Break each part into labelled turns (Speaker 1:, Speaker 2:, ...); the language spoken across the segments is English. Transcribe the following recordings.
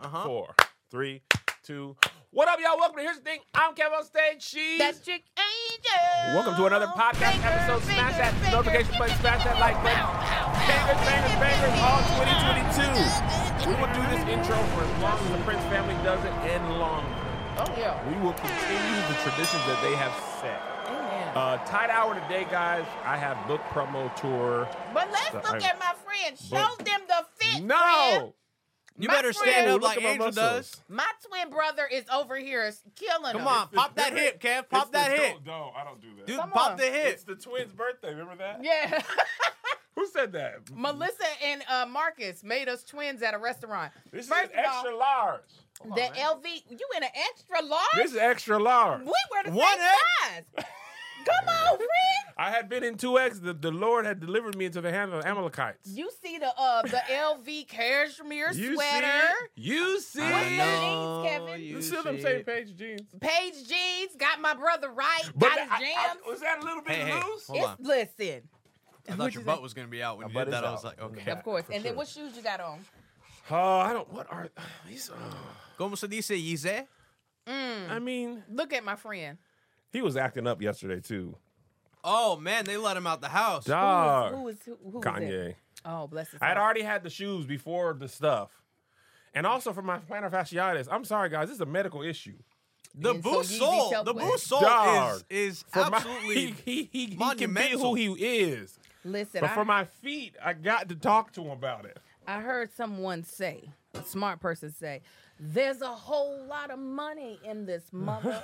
Speaker 1: Uh-huh.
Speaker 2: Four, three, two. What up, y'all? Welcome to Here's the Thing. I'm Kev on stage. She's.
Speaker 3: That's Trick Angel.
Speaker 2: Welcome to another podcast
Speaker 3: Finger,
Speaker 2: episode.
Speaker 3: finger,
Speaker 2: smash that
Speaker 3: finger,
Speaker 2: notification
Speaker 3: finger,
Speaker 2: button, smash that like button. Bangers, bangers, bangers, all 2022. We will do this intro for as long as the Prince family does it and longer.
Speaker 3: Oh yeah.
Speaker 2: We will continue the traditions that they have set.
Speaker 3: Amen.
Speaker 2: Uh, tight hour today, guys. I have book promo tour.
Speaker 3: but let's
Speaker 2: so
Speaker 3: look
Speaker 2: I-
Speaker 3: at my friend. Show
Speaker 2: but-
Speaker 3: them the fit. friend.
Speaker 2: No!
Speaker 1: You
Speaker 3: My
Speaker 1: better stand
Speaker 3: friend-
Speaker 1: up
Speaker 2: Look
Speaker 1: like
Speaker 2: at my
Speaker 1: Angel
Speaker 2: muscles.
Speaker 1: does.
Speaker 3: My twin brother is over here is killing
Speaker 1: Come
Speaker 3: him.
Speaker 1: on, pop that hip,
Speaker 2: different.
Speaker 1: Kev. Pop that hip.
Speaker 2: No, I don't do that.
Speaker 1: Dude,
Speaker 3: Come
Speaker 1: pop
Speaker 3: on.
Speaker 1: the hip.
Speaker 2: It's the twins' birthday. Remember that?
Speaker 3: Yeah.
Speaker 2: Who said that?
Speaker 3: Melissa and uh, Marcus made us twins at a restaurant.
Speaker 2: This
Speaker 3: First
Speaker 2: is
Speaker 3: of
Speaker 2: extra
Speaker 3: all,
Speaker 2: large.
Speaker 3: the LV, you in an extra large?
Speaker 2: This is extra large.
Speaker 3: we were the
Speaker 1: One
Speaker 3: same size. Come on, friend.
Speaker 2: I had been in 2X. The, the Lord had delivered me into the hands of Amalekites.
Speaker 3: You see the uh the LV cashmere
Speaker 2: You
Speaker 3: sweater.
Speaker 2: see it? You see
Speaker 3: I
Speaker 2: it?
Speaker 3: know. Kevin.
Speaker 1: you
Speaker 2: You still them
Speaker 1: shit.
Speaker 2: same page jeans.
Speaker 3: Page jeans, got my brother right, got his
Speaker 2: I-
Speaker 3: jams.
Speaker 2: I- was that a little bit
Speaker 1: Hey, hey,
Speaker 2: loose?
Speaker 1: hold on.
Speaker 3: it's listen,
Speaker 1: I
Speaker 3: What'd
Speaker 1: thought your
Speaker 3: you
Speaker 1: butt
Speaker 3: say?
Speaker 1: was gonna be out when
Speaker 2: My
Speaker 1: you
Speaker 2: butt
Speaker 1: did
Speaker 2: is
Speaker 1: that. I
Speaker 2: out.
Speaker 1: was like,
Speaker 2: Okay.
Speaker 1: okay.
Speaker 3: of course.
Speaker 2: for
Speaker 3: And then
Speaker 2: sure.
Speaker 3: what shoes you got on?
Speaker 2: Oh, I don't. What are these? Uh,
Speaker 1: Como se dice, Yeezy?
Speaker 3: Hmm.
Speaker 2: I mean,
Speaker 3: Look at my friend.
Speaker 2: he was acting up yesterday too.
Speaker 1: Oh man, they let him out the house.
Speaker 3: Who was-
Speaker 2: Dog.
Speaker 3: Who was who? who was that?
Speaker 2: Uh, Kanye.
Speaker 3: Oh, bless his
Speaker 2: I had
Speaker 3: heart.
Speaker 2: already had the shoes before the stuff, and also for my plantar fasciitis. I'm sorry, guys. This is a medical issue.
Speaker 1: The
Speaker 3: And so
Speaker 1: boot
Speaker 3: Yeezy
Speaker 1: sole,
Speaker 3: helped
Speaker 1: the
Speaker 3: with
Speaker 1: boot
Speaker 3: it.
Speaker 1: sole
Speaker 2: Dog.
Speaker 1: is, is
Speaker 2: For my,
Speaker 1: absolutely
Speaker 2: he, he, he, he can be
Speaker 1: monumental.
Speaker 2: who he is.
Speaker 3: Listen,
Speaker 2: But
Speaker 3: I,
Speaker 2: for my feet, I got to talk to him about it.
Speaker 3: I heard someone say, a smart person say, there's a whole lot of money in this mother.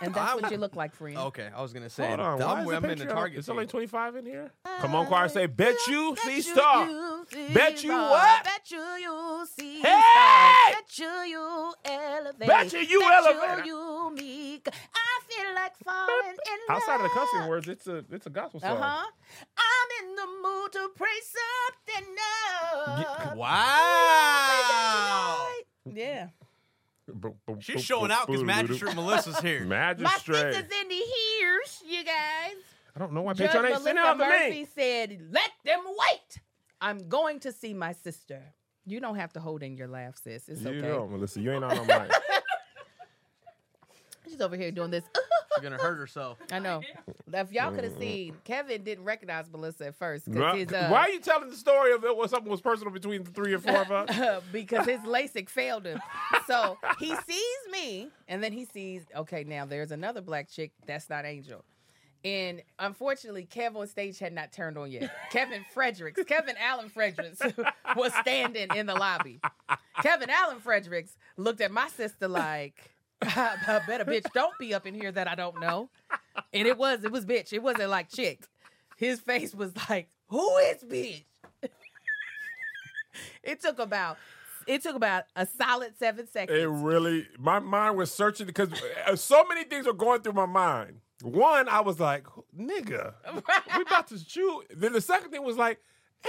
Speaker 3: and that's
Speaker 1: I
Speaker 3: what you
Speaker 1: w-
Speaker 3: look like, friend.
Speaker 2: Oh,
Speaker 1: Okay, I was gonna say.
Speaker 2: Hold on, why
Speaker 1: I'm,
Speaker 2: is the
Speaker 1: I'm in the
Speaker 2: picture
Speaker 1: target.
Speaker 2: It's only
Speaker 1: field.
Speaker 2: 25 in here. Come on, choir, say, bet you see star.
Speaker 3: see
Speaker 2: Bet you
Speaker 3: star.
Speaker 2: what?
Speaker 3: Bet you you see
Speaker 2: Hey!
Speaker 3: stars. Bet you you elevate.
Speaker 2: Bet you you elevate.
Speaker 3: you meek. I feel like falling in love.
Speaker 2: Outside of the cussing words, it's a it's a gospel
Speaker 3: Uh
Speaker 2: song.
Speaker 3: huh. I'm in the mood to praise something up.
Speaker 1: Wow.
Speaker 3: Yeah.
Speaker 2: Boom, boom, boom,
Speaker 1: She's showing
Speaker 2: boom,
Speaker 1: out because
Speaker 2: boom,
Speaker 1: Magistrate
Speaker 2: boom.
Speaker 1: Melissa's here.
Speaker 3: My
Speaker 2: Magistrate.
Speaker 3: sister's in the hears, you guys.
Speaker 2: I don't know why
Speaker 3: Judge
Speaker 2: Patreon ain't
Speaker 3: Melissa
Speaker 2: sending out the
Speaker 3: Murphy
Speaker 2: link.
Speaker 3: said, "Let them wait. I'm going to see my sister." You don't have to hold in your laugh, sis. It's
Speaker 2: You
Speaker 3: okay.
Speaker 2: know, Melissa, you ain't on mine.
Speaker 3: She's over here doing this.
Speaker 1: She's gonna hurt herself.
Speaker 3: I know. If y'all could have seen, Kevin didn't recognize Melissa at first 'cause his,
Speaker 2: Why
Speaker 3: uh,
Speaker 2: why are you telling the story of it when something was personal between the three or four of us?
Speaker 3: because his LASIK failed him. So he sees me, and then he sees, okay, now there's another black chick that's not Angel. And unfortunately, Kev on stage had not turned on yet. Kevin Fredericks, Kevin Allen Fredericks was standing in the lobby. Kevin Allen Fredericks looked at my sister like, I, I bet a bitch don't be up in here that I don't know. And it was, it was bitch. It wasn't like chick. His face was like, who is bitch? it took about it took about a solid seven seconds.
Speaker 2: It really, my mind was searching because uh, so many things were going through my mind. One, I was like, nigga, we about to shoot. Then the second thing was like,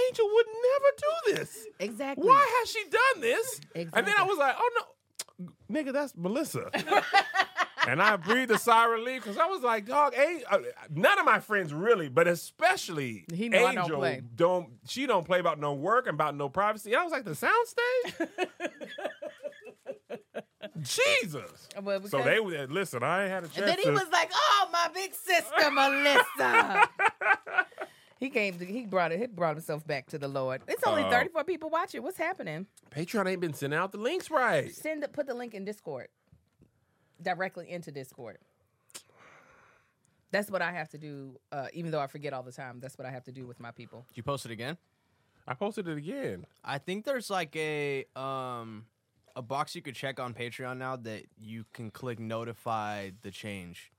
Speaker 2: Angel would never do this.
Speaker 3: exactly.
Speaker 2: Why has she done this? And then I
Speaker 3: Exactly.
Speaker 2: was like, oh no, nigga, that's Melissa. and I breathed a sigh of relief because I was like, dog, Angel, none of my friends really, but especially
Speaker 3: He know I don't
Speaker 2: Angel,
Speaker 3: play.
Speaker 2: don't- she don't play about no work and about no privacy. And I was like, the soundstage? Jesus.
Speaker 3: Well,
Speaker 2: So
Speaker 3: because-
Speaker 2: they would- listen. I ain't had a chance.
Speaker 3: And then he
Speaker 2: to-
Speaker 3: was like, "Oh, my big sister, Melissa." he came. To, he brought it. He brought himself back to the Lord. It's only
Speaker 2: Oh.
Speaker 3: thirty-four people watching. What's happening?
Speaker 2: Patreon ain't been sending out the links right.
Speaker 3: Send the, put the link in Discord directly into Discord. That's what I have to do. Uh, even though I forget all the time, that's what I have to do with my people.
Speaker 1: Did you post it again?
Speaker 2: I posted it again.
Speaker 1: I think there's like a um a box you could check on Patreon now that you can click notify the change.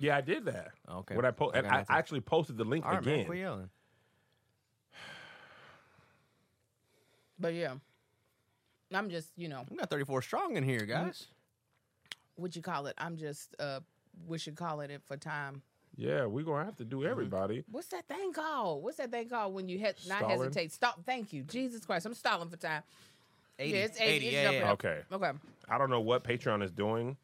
Speaker 2: Yeah, I did that.
Speaker 1: Okay.
Speaker 2: When I po-
Speaker 1: I
Speaker 2: and
Speaker 1: got
Speaker 2: I
Speaker 1: nothing.
Speaker 2: actually posted the link
Speaker 1: All right, man,
Speaker 2: again.
Speaker 1: quit yelling.
Speaker 3: But yeah, I'm just you know
Speaker 1: We got 34 strong in here,
Speaker 3: Mm-hmm.
Speaker 1: guys.
Speaker 3: what you call it. I'm just uh, what you call it for time.
Speaker 2: yeah, we're gonna have to do
Speaker 3: Mm-hmm.
Speaker 2: everybody.
Speaker 3: What's that thing called? What's that thing called when you he- not
Speaker 2: Stalling?
Speaker 3: hesitate? Stop. Thank you, Jesus Christ. I'm stalling for time.
Speaker 1: 80,
Speaker 3: Yeah, it's 80, it's jumping up.
Speaker 2: Okay.
Speaker 3: Okay.
Speaker 2: I don't know what Patreon is doing.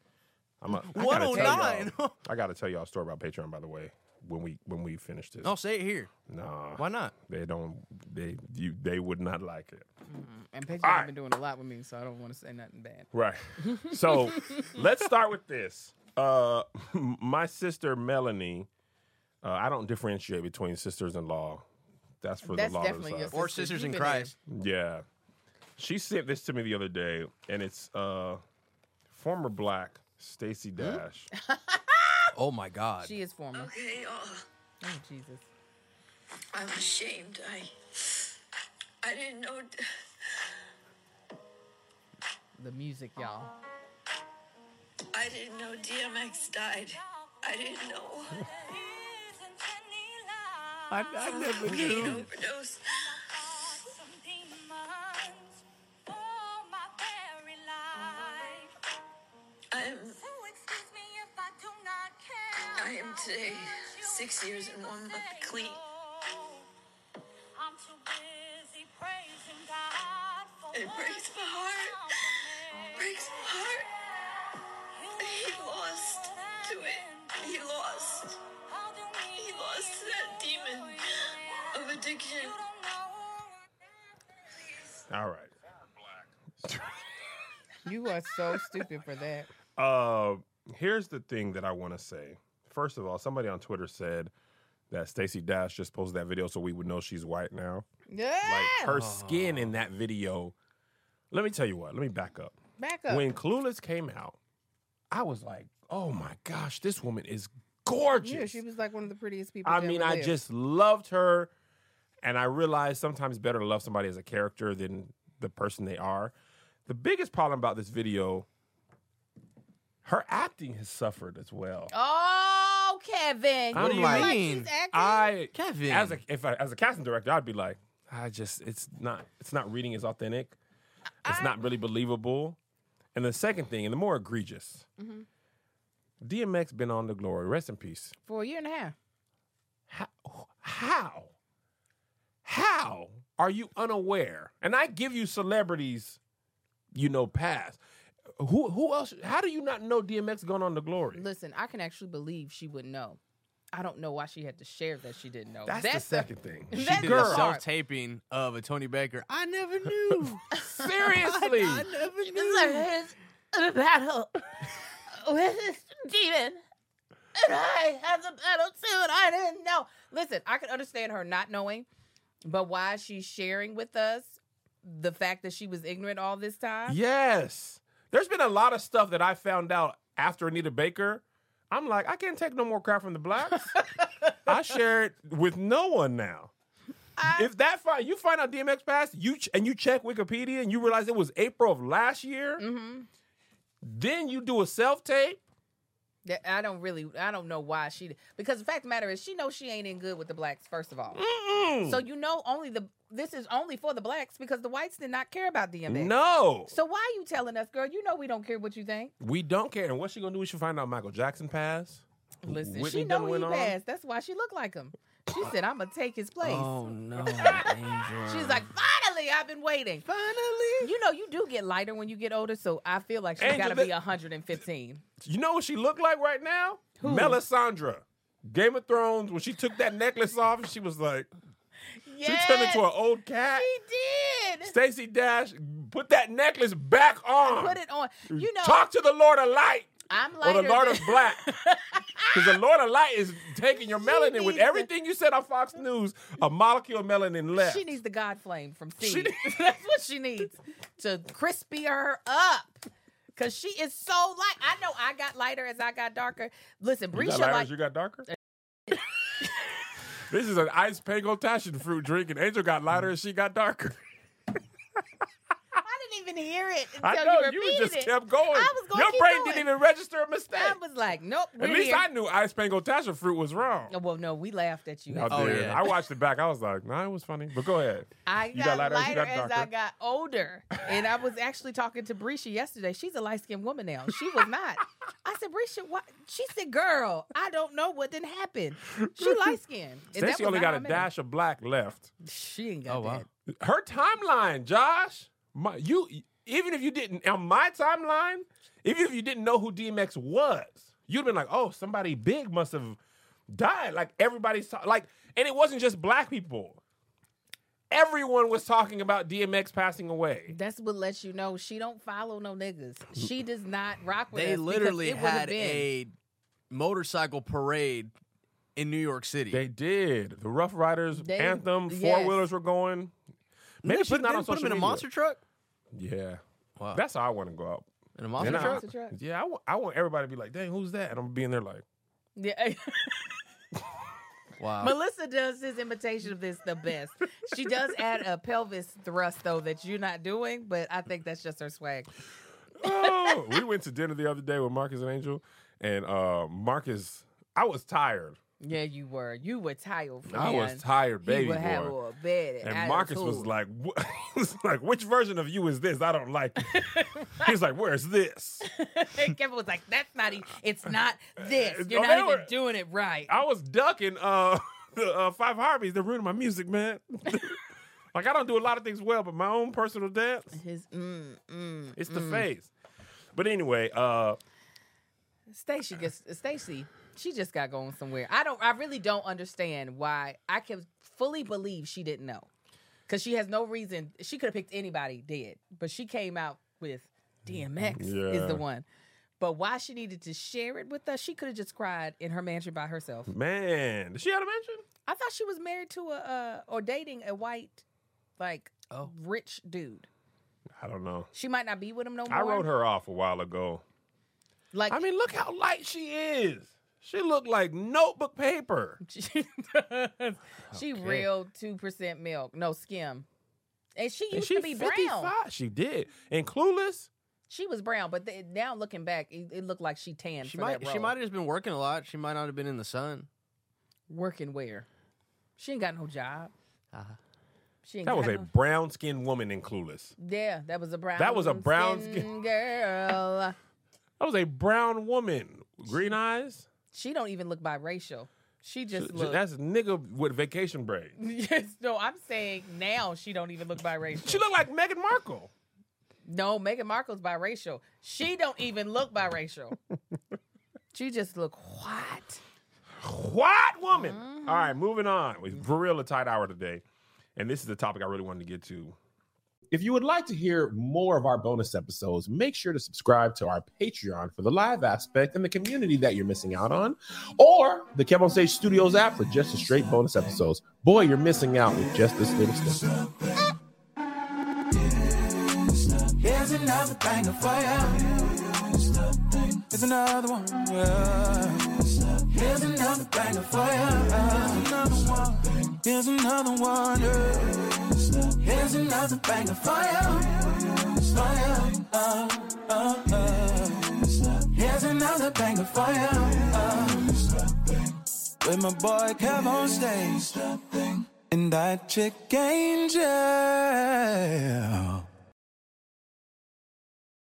Speaker 2: I'm a, I gotta tell y'all-
Speaker 1: 109.
Speaker 2: I gotta tell y'all a story about Patreon, by the way. when we when we finish this.
Speaker 3: Oh.
Speaker 1: No, say it here.
Speaker 2: Nah,
Speaker 1: Why not?
Speaker 2: they don't. They you they would not like it.
Speaker 3: And Patriot
Speaker 2: All
Speaker 3: have been doing a lot with me, so I don't want to say nothing bad.
Speaker 2: Right. So let's start with this. Uh, my sister Melanie. Uh, I don't differentiate between sisters-in-law. That's for
Speaker 3: That's
Speaker 2: the law.
Speaker 3: definitely
Speaker 2: to
Speaker 3: your
Speaker 2: decide.
Speaker 1: Or
Speaker 3: Sisters,
Speaker 1: Sisters
Speaker 3: you
Speaker 1: in
Speaker 3: been there.
Speaker 1: Christ.
Speaker 2: Yeah. She sent this to me the other day, and it's uh former black Stacy
Speaker 3: Hmm?
Speaker 2: Dash.
Speaker 1: Oh my God.
Speaker 3: She is former.
Speaker 4: Okay, oh,
Speaker 3: Oh Jesus.
Speaker 4: I'm ashamed. I I didn't know.
Speaker 3: The music, y'all.
Speaker 4: I didn't know DMX died. I didn't know.
Speaker 1: I, I never
Speaker 4: Cocaine overdose. I am
Speaker 5: I am today six years and one month clean.
Speaker 4: It breaks my heart. breaks my heart. He lost to it. He lost. He lost to that demon of addiction.
Speaker 2: All right.
Speaker 3: You are so stupid for that.
Speaker 2: Uh, here's the thing that I want to say. First of all, somebody on Twitter said that Stacy Dash just posted that video so we would know she's white now.
Speaker 3: Yeah.
Speaker 2: Like her skin in that video. Let me tell you what. Let me back up.
Speaker 3: Back up.
Speaker 2: When Clueless came out, I was like, "Oh my gosh, this woman is gorgeous."
Speaker 3: yeah, she was like one of the prettiest people.
Speaker 2: I
Speaker 3: that
Speaker 2: mean,
Speaker 3: ever
Speaker 2: I
Speaker 3: lived.
Speaker 2: just loved her, and I realized sometimes better to love somebody as a character than the person they are. The biggest problem about this video, her acting has suffered as well.
Speaker 3: Oh, Kevin.
Speaker 2: I'm
Speaker 3: you
Speaker 2: like-
Speaker 3: she's acting?
Speaker 2: I
Speaker 1: Kevin.
Speaker 2: as a if I, as a casting director, I'd be like, I just it's not it's not reading as authentic. It's not really believable. And the second thing, and the more egregious, DMX been on the glory. Rest in peace.
Speaker 3: for a year and a half.
Speaker 2: How? How? How are you unaware? And I give you celebrities, you know, pass. Who who else? How do you not know DMX going on the glory?
Speaker 3: Listen, I can actually believe she would know. I don't know why she had to share that she didn't know.
Speaker 2: That's, the second thing.
Speaker 3: She
Speaker 1: She did
Speaker 3: Girl.
Speaker 1: a self taping of a Tony Baker. I never knew.
Speaker 2: Seriously.
Speaker 1: I never knew.
Speaker 3: This is a battle with this demon. And I have the battle too, and I didn't know. Listen, I can understand her not knowing, but why she's sharing with us the fact that she was ignorant all this time.
Speaker 2: Yes. There's been a lot of stuff that I found out after Anita Baker. I'm like, I can't take no more crap from the blacks. I share it with no one now. if that find you find out DMX passed, you ch- and you check Wikipedia and you realize it was April of last year,
Speaker 3: Mm-hmm.
Speaker 2: then you do a self tape.
Speaker 3: That I don't really, I don't know why she. Because the fact of the matter is, she knows she ain't in good with the blacks. First of all,
Speaker 2: Mm.
Speaker 3: so you know only the this is only for the blacks because the whites did not care about DMX.
Speaker 2: No,
Speaker 3: So why you telling us, girl? You know we don't care what you think.
Speaker 2: we don't care. And what's she gonna do? when She find out Michael Jackson passed.
Speaker 3: Listen,
Speaker 2: Whitney
Speaker 3: she know
Speaker 2: done
Speaker 3: he
Speaker 2: went on.
Speaker 3: passed. That's why she looked like him. She said, "I'm gonna take his place."
Speaker 1: Oh no, Angel.
Speaker 3: She's like, "Finally, I've been waiting."
Speaker 2: Finally,
Speaker 3: You know, you do get lighter when you get older, so I feel like she's
Speaker 2: Angel,
Speaker 3: got to
Speaker 2: that-
Speaker 3: be 115.
Speaker 2: you know what she looked like right now? Melisandre, Game of Thrones. When she took that necklace off, and she was like,
Speaker 3: Yes,
Speaker 2: She turned into an old cat.
Speaker 3: she did.
Speaker 2: Stacy Dash, put that necklace back on.
Speaker 3: Put it on. You know,
Speaker 2: Talk to the Lord of Light
Speaker 3: I'm
Speaker 2: or
Speaker 3: lighter.
Speaker 2: the Lord
Speaker 3: than-
Speaker 2: of Black. Because the Lord of Light is taking your melanin.
Speaker 3: Ah! needs
Speaker 2: With
Speaker 3: to-
Speaker 2: everything you said on Fox News, a molecule of melanin left.
Speaker 3: She needs the God flame from
Speaker 2: She
Speaker 3: seed. That's what she needs to crispy her up. Cause she is so light. I know I got lighter as I got darker. Listen,
Speaker 2: you got
Speaker 3: Brisha
Speaker 2: lighter
Speaker 3: like
Speaker 2: as you got darker? this is an ice pango passion fruit drink, and Angel got lighter and she got darker.
Speaker 3: I didn't even hear it until
Speaker 2: I know
Speaker 3: you
Speaker 2: you,
Speaker 3: repeated
Speaker 2: just
Speaker 3: it.
Speaker 2: kept going.
Speaker 3: I was gonna
Speaker 2: your
Speaker 3: keep
Speaker 2: brain
Speaker 3: going.
Speaker 2: didn't even register a mistake.
Speaker 3: I was like, nope.
Speaker 2: At
Speaker 3: we're
Speaker 2: least
Speaker 3: here.
Speaker 2: I knew ice pango passion fruit was wrong.
Speaker 3: Oh, Well, no, we laughed at you.
Speaker 2: Out
Speaker 1: Oh,
Speaker 2: there.
Speaker 1: yeah.
Speaker 2: I watched it back. I was like, nah, it was funny. But go ahead.
Speaker 3: I
Speaker 2: You got
Speaker 3: got,
Speaker 2: lighter as you
Speaker 3: lighter
Speaker 2: got
Speaker 3: as, I
Speaker 2: darker.
Speaker 3: got older. And I was actually talking to Brisha yesterday. She's a light skinned woman now. She was not. I said, Brisha, what? She said, girl, I don't know what didn't happen. She light skinned.
Speaker 2: Stacey only got a dash of black left.
Speaker 3: She ain't got
Speaker 1: Oh, wow.
Speaker 3: that.
Speaker 2: Her timeline, Josh. My, you even if you didn't on my timeline, even if you didn't know who DMX was, you'd have been like, oh, somebody big must have died. Like everybody's ta- like, and it wasn't just black people. Everyone was talking about DMX passing away.
Speaker 3: That's what lets you know she don't follow no niggas. She
Speaker 2: Mm.
Speaker 3: does not rock with us
Speaker 1: They
Speaker 3: because
Speaker 1: literally
Speaker 3: it would've
Speaker 1: had
Speaker 3: been.
Speaker 1: a motorcycle parade in New York City.
Speaker 2: They did. The Rough Riders
Speaker 3: They-
Speaker 2: anthem,
Speaker 3: yes.
Speaker 2: four wheelers were going. Maybe she's
Speaker 1: put,
Speaker 2: not
Speaker 1: they
Speaker 2: on
Speaker 1: put
Speaker 2: social
Speaker 1: them in a
Speaker 2: media.
Speaker 1: monster truck.
Speaker 2: Yeah,
Speaker 1: Wow,
Speaker 2: that's how I want to go out.
Speaker 1: in a monster
Speaker 2: And I-
Speaker 1: truck.
Speaker 3: Monster truck?
Speaker 2: Yeah, I wa- I want everybody to be like, "Dang, who's that?" And I'm being there like,
Speaker 3: Yeah.
Speaker 2: Uh,
Speaker 1: Wow,
Speaker 3: Melissa does his imitation of this the best. She does add a pelvis thrust though that you're not doing, but I think that's just her swag.
Speaker 2: oh, we went to dinner the other day with Marcus and Angel, and uh, Marcus, I was tired.
Speaker 3: Yeah, you were. You were tired.
Speaker 2: I was tired, baby
Speaker 3: You would have
Speaker 2: boy.
Speaker 3: a bed.
Speaker 2: And Marcus was like, "Wha- he was like, which version of you is this? I don't like. you." he was like, where's this?
Speaker 3: Kevin was like, that's not even, it's not this.
Speaker 2: It's-
Speaker 3: You're
Speaker 2: oh,
Speaker 3: not
Speaker 2: they
Speaker 3: even
Speaker 2: were-
Speaker 3: doing it right.
Speaker 2: I was ducking uh, the uh, Five Harveys. They're ruining my music, man. like I don't do a lot of things well, but my own personal dance,
Speaker 3: His, mm, mm.
Speaker 2: it's the face. But anyway, uh,
Speaker 3: Stacy gets Stacy. She just got going somewhere. I don't. I really don't understand why. I can fully believe she didn't know, because she has no reason. She could have picked anybody dead, but she came out with DMX is
Speaker 2: Yeah.
Speaker 3: the one. But why she needed to share it with us? She could have just cried in her mansion by herself.
Speaker 2: Mm. man, did she have a mention?
Speaker 3: I thought she was married to a uh, or dating a white, like
Speaker 2: Oh.
Speaker 3: rich dude.
Speaker 2: I don't know.
Speaker 3: She might not be with him no more.
Speaker 2: I wrote her off a while ago.
Speaker 3: Like
Speaker 2: I mean, look how light she is. She looked like notebook paper.
Speaker 3: She
Speaker 2: Oh,
Speaker 3: does. She real two percent milk, no skim, and she
Speaker 2: And
Speaker 3: used
Speaker 2: she
Speaker 3: to be
Speaker 2: 55.
Speaker 3: brown.
Speaker 2: She did. And Clueless,
Speaker 3: She was brown, but th- now looking back, it, it looked like she tanned.
Speaker 1: she
Speaker 3: for
Speaker 1: might
Speaker 3: that
Speaker 1: she
Speaker 3: role.
Speaker 1: might have just been working a lot. She might not have been in the sun.
Speaker 3: working where? She ain't got no job.
Speaker 1: Uh-huh.
Speaker 3: She ain't
Speaker 2: that
Speaker 3: got
Speaker 2: was a
Speaker 3: no-
Speaker 2: brown skinned woman in Clueless.
Speaker 3: yeah. That was a brown.
Speaker 2: That was a brown
Speaker 3: skin,
Speaker 2: skin-
Speaker 3: girl.
Speaker 2: That was a brown woman. Green eyes.
Speaker 3: She don't even look biracial. She just
Speaker 2: J-
Speaker 3: look.
Speaker 2: That's a nigga with vacation braids.
Speaker 3: yes, no, I'm saying now she don't even look biracial.
Speaker 2: She looked like Meghan Markle.
Speaker 3: No, Meghan Markle's biracial. She don't even look biracial. she just look what?
Speaker 2: What woman? All right, moving on. It's for real a tight hour today. And this is the topic I really wanted to get to.
Speaker 6: If you would like to hear more of our bonus episodes, make sure to subscribe to our Patreon for the live aspect and the community that you're missing out on, or the Kev on Stage Studios app for just the straight bonus episodes. Boy, you're missing out with just this little stuff.
Speaker 7: Here's another thing to fire. There's another one. Yeah. Here's another thing to fire. Here's another one. yeah. Here's another thing to fire. Fire. Uh, uh, uh. Here's another thing to fire. Uh. With my boy Kev on stage. And that chick Angel.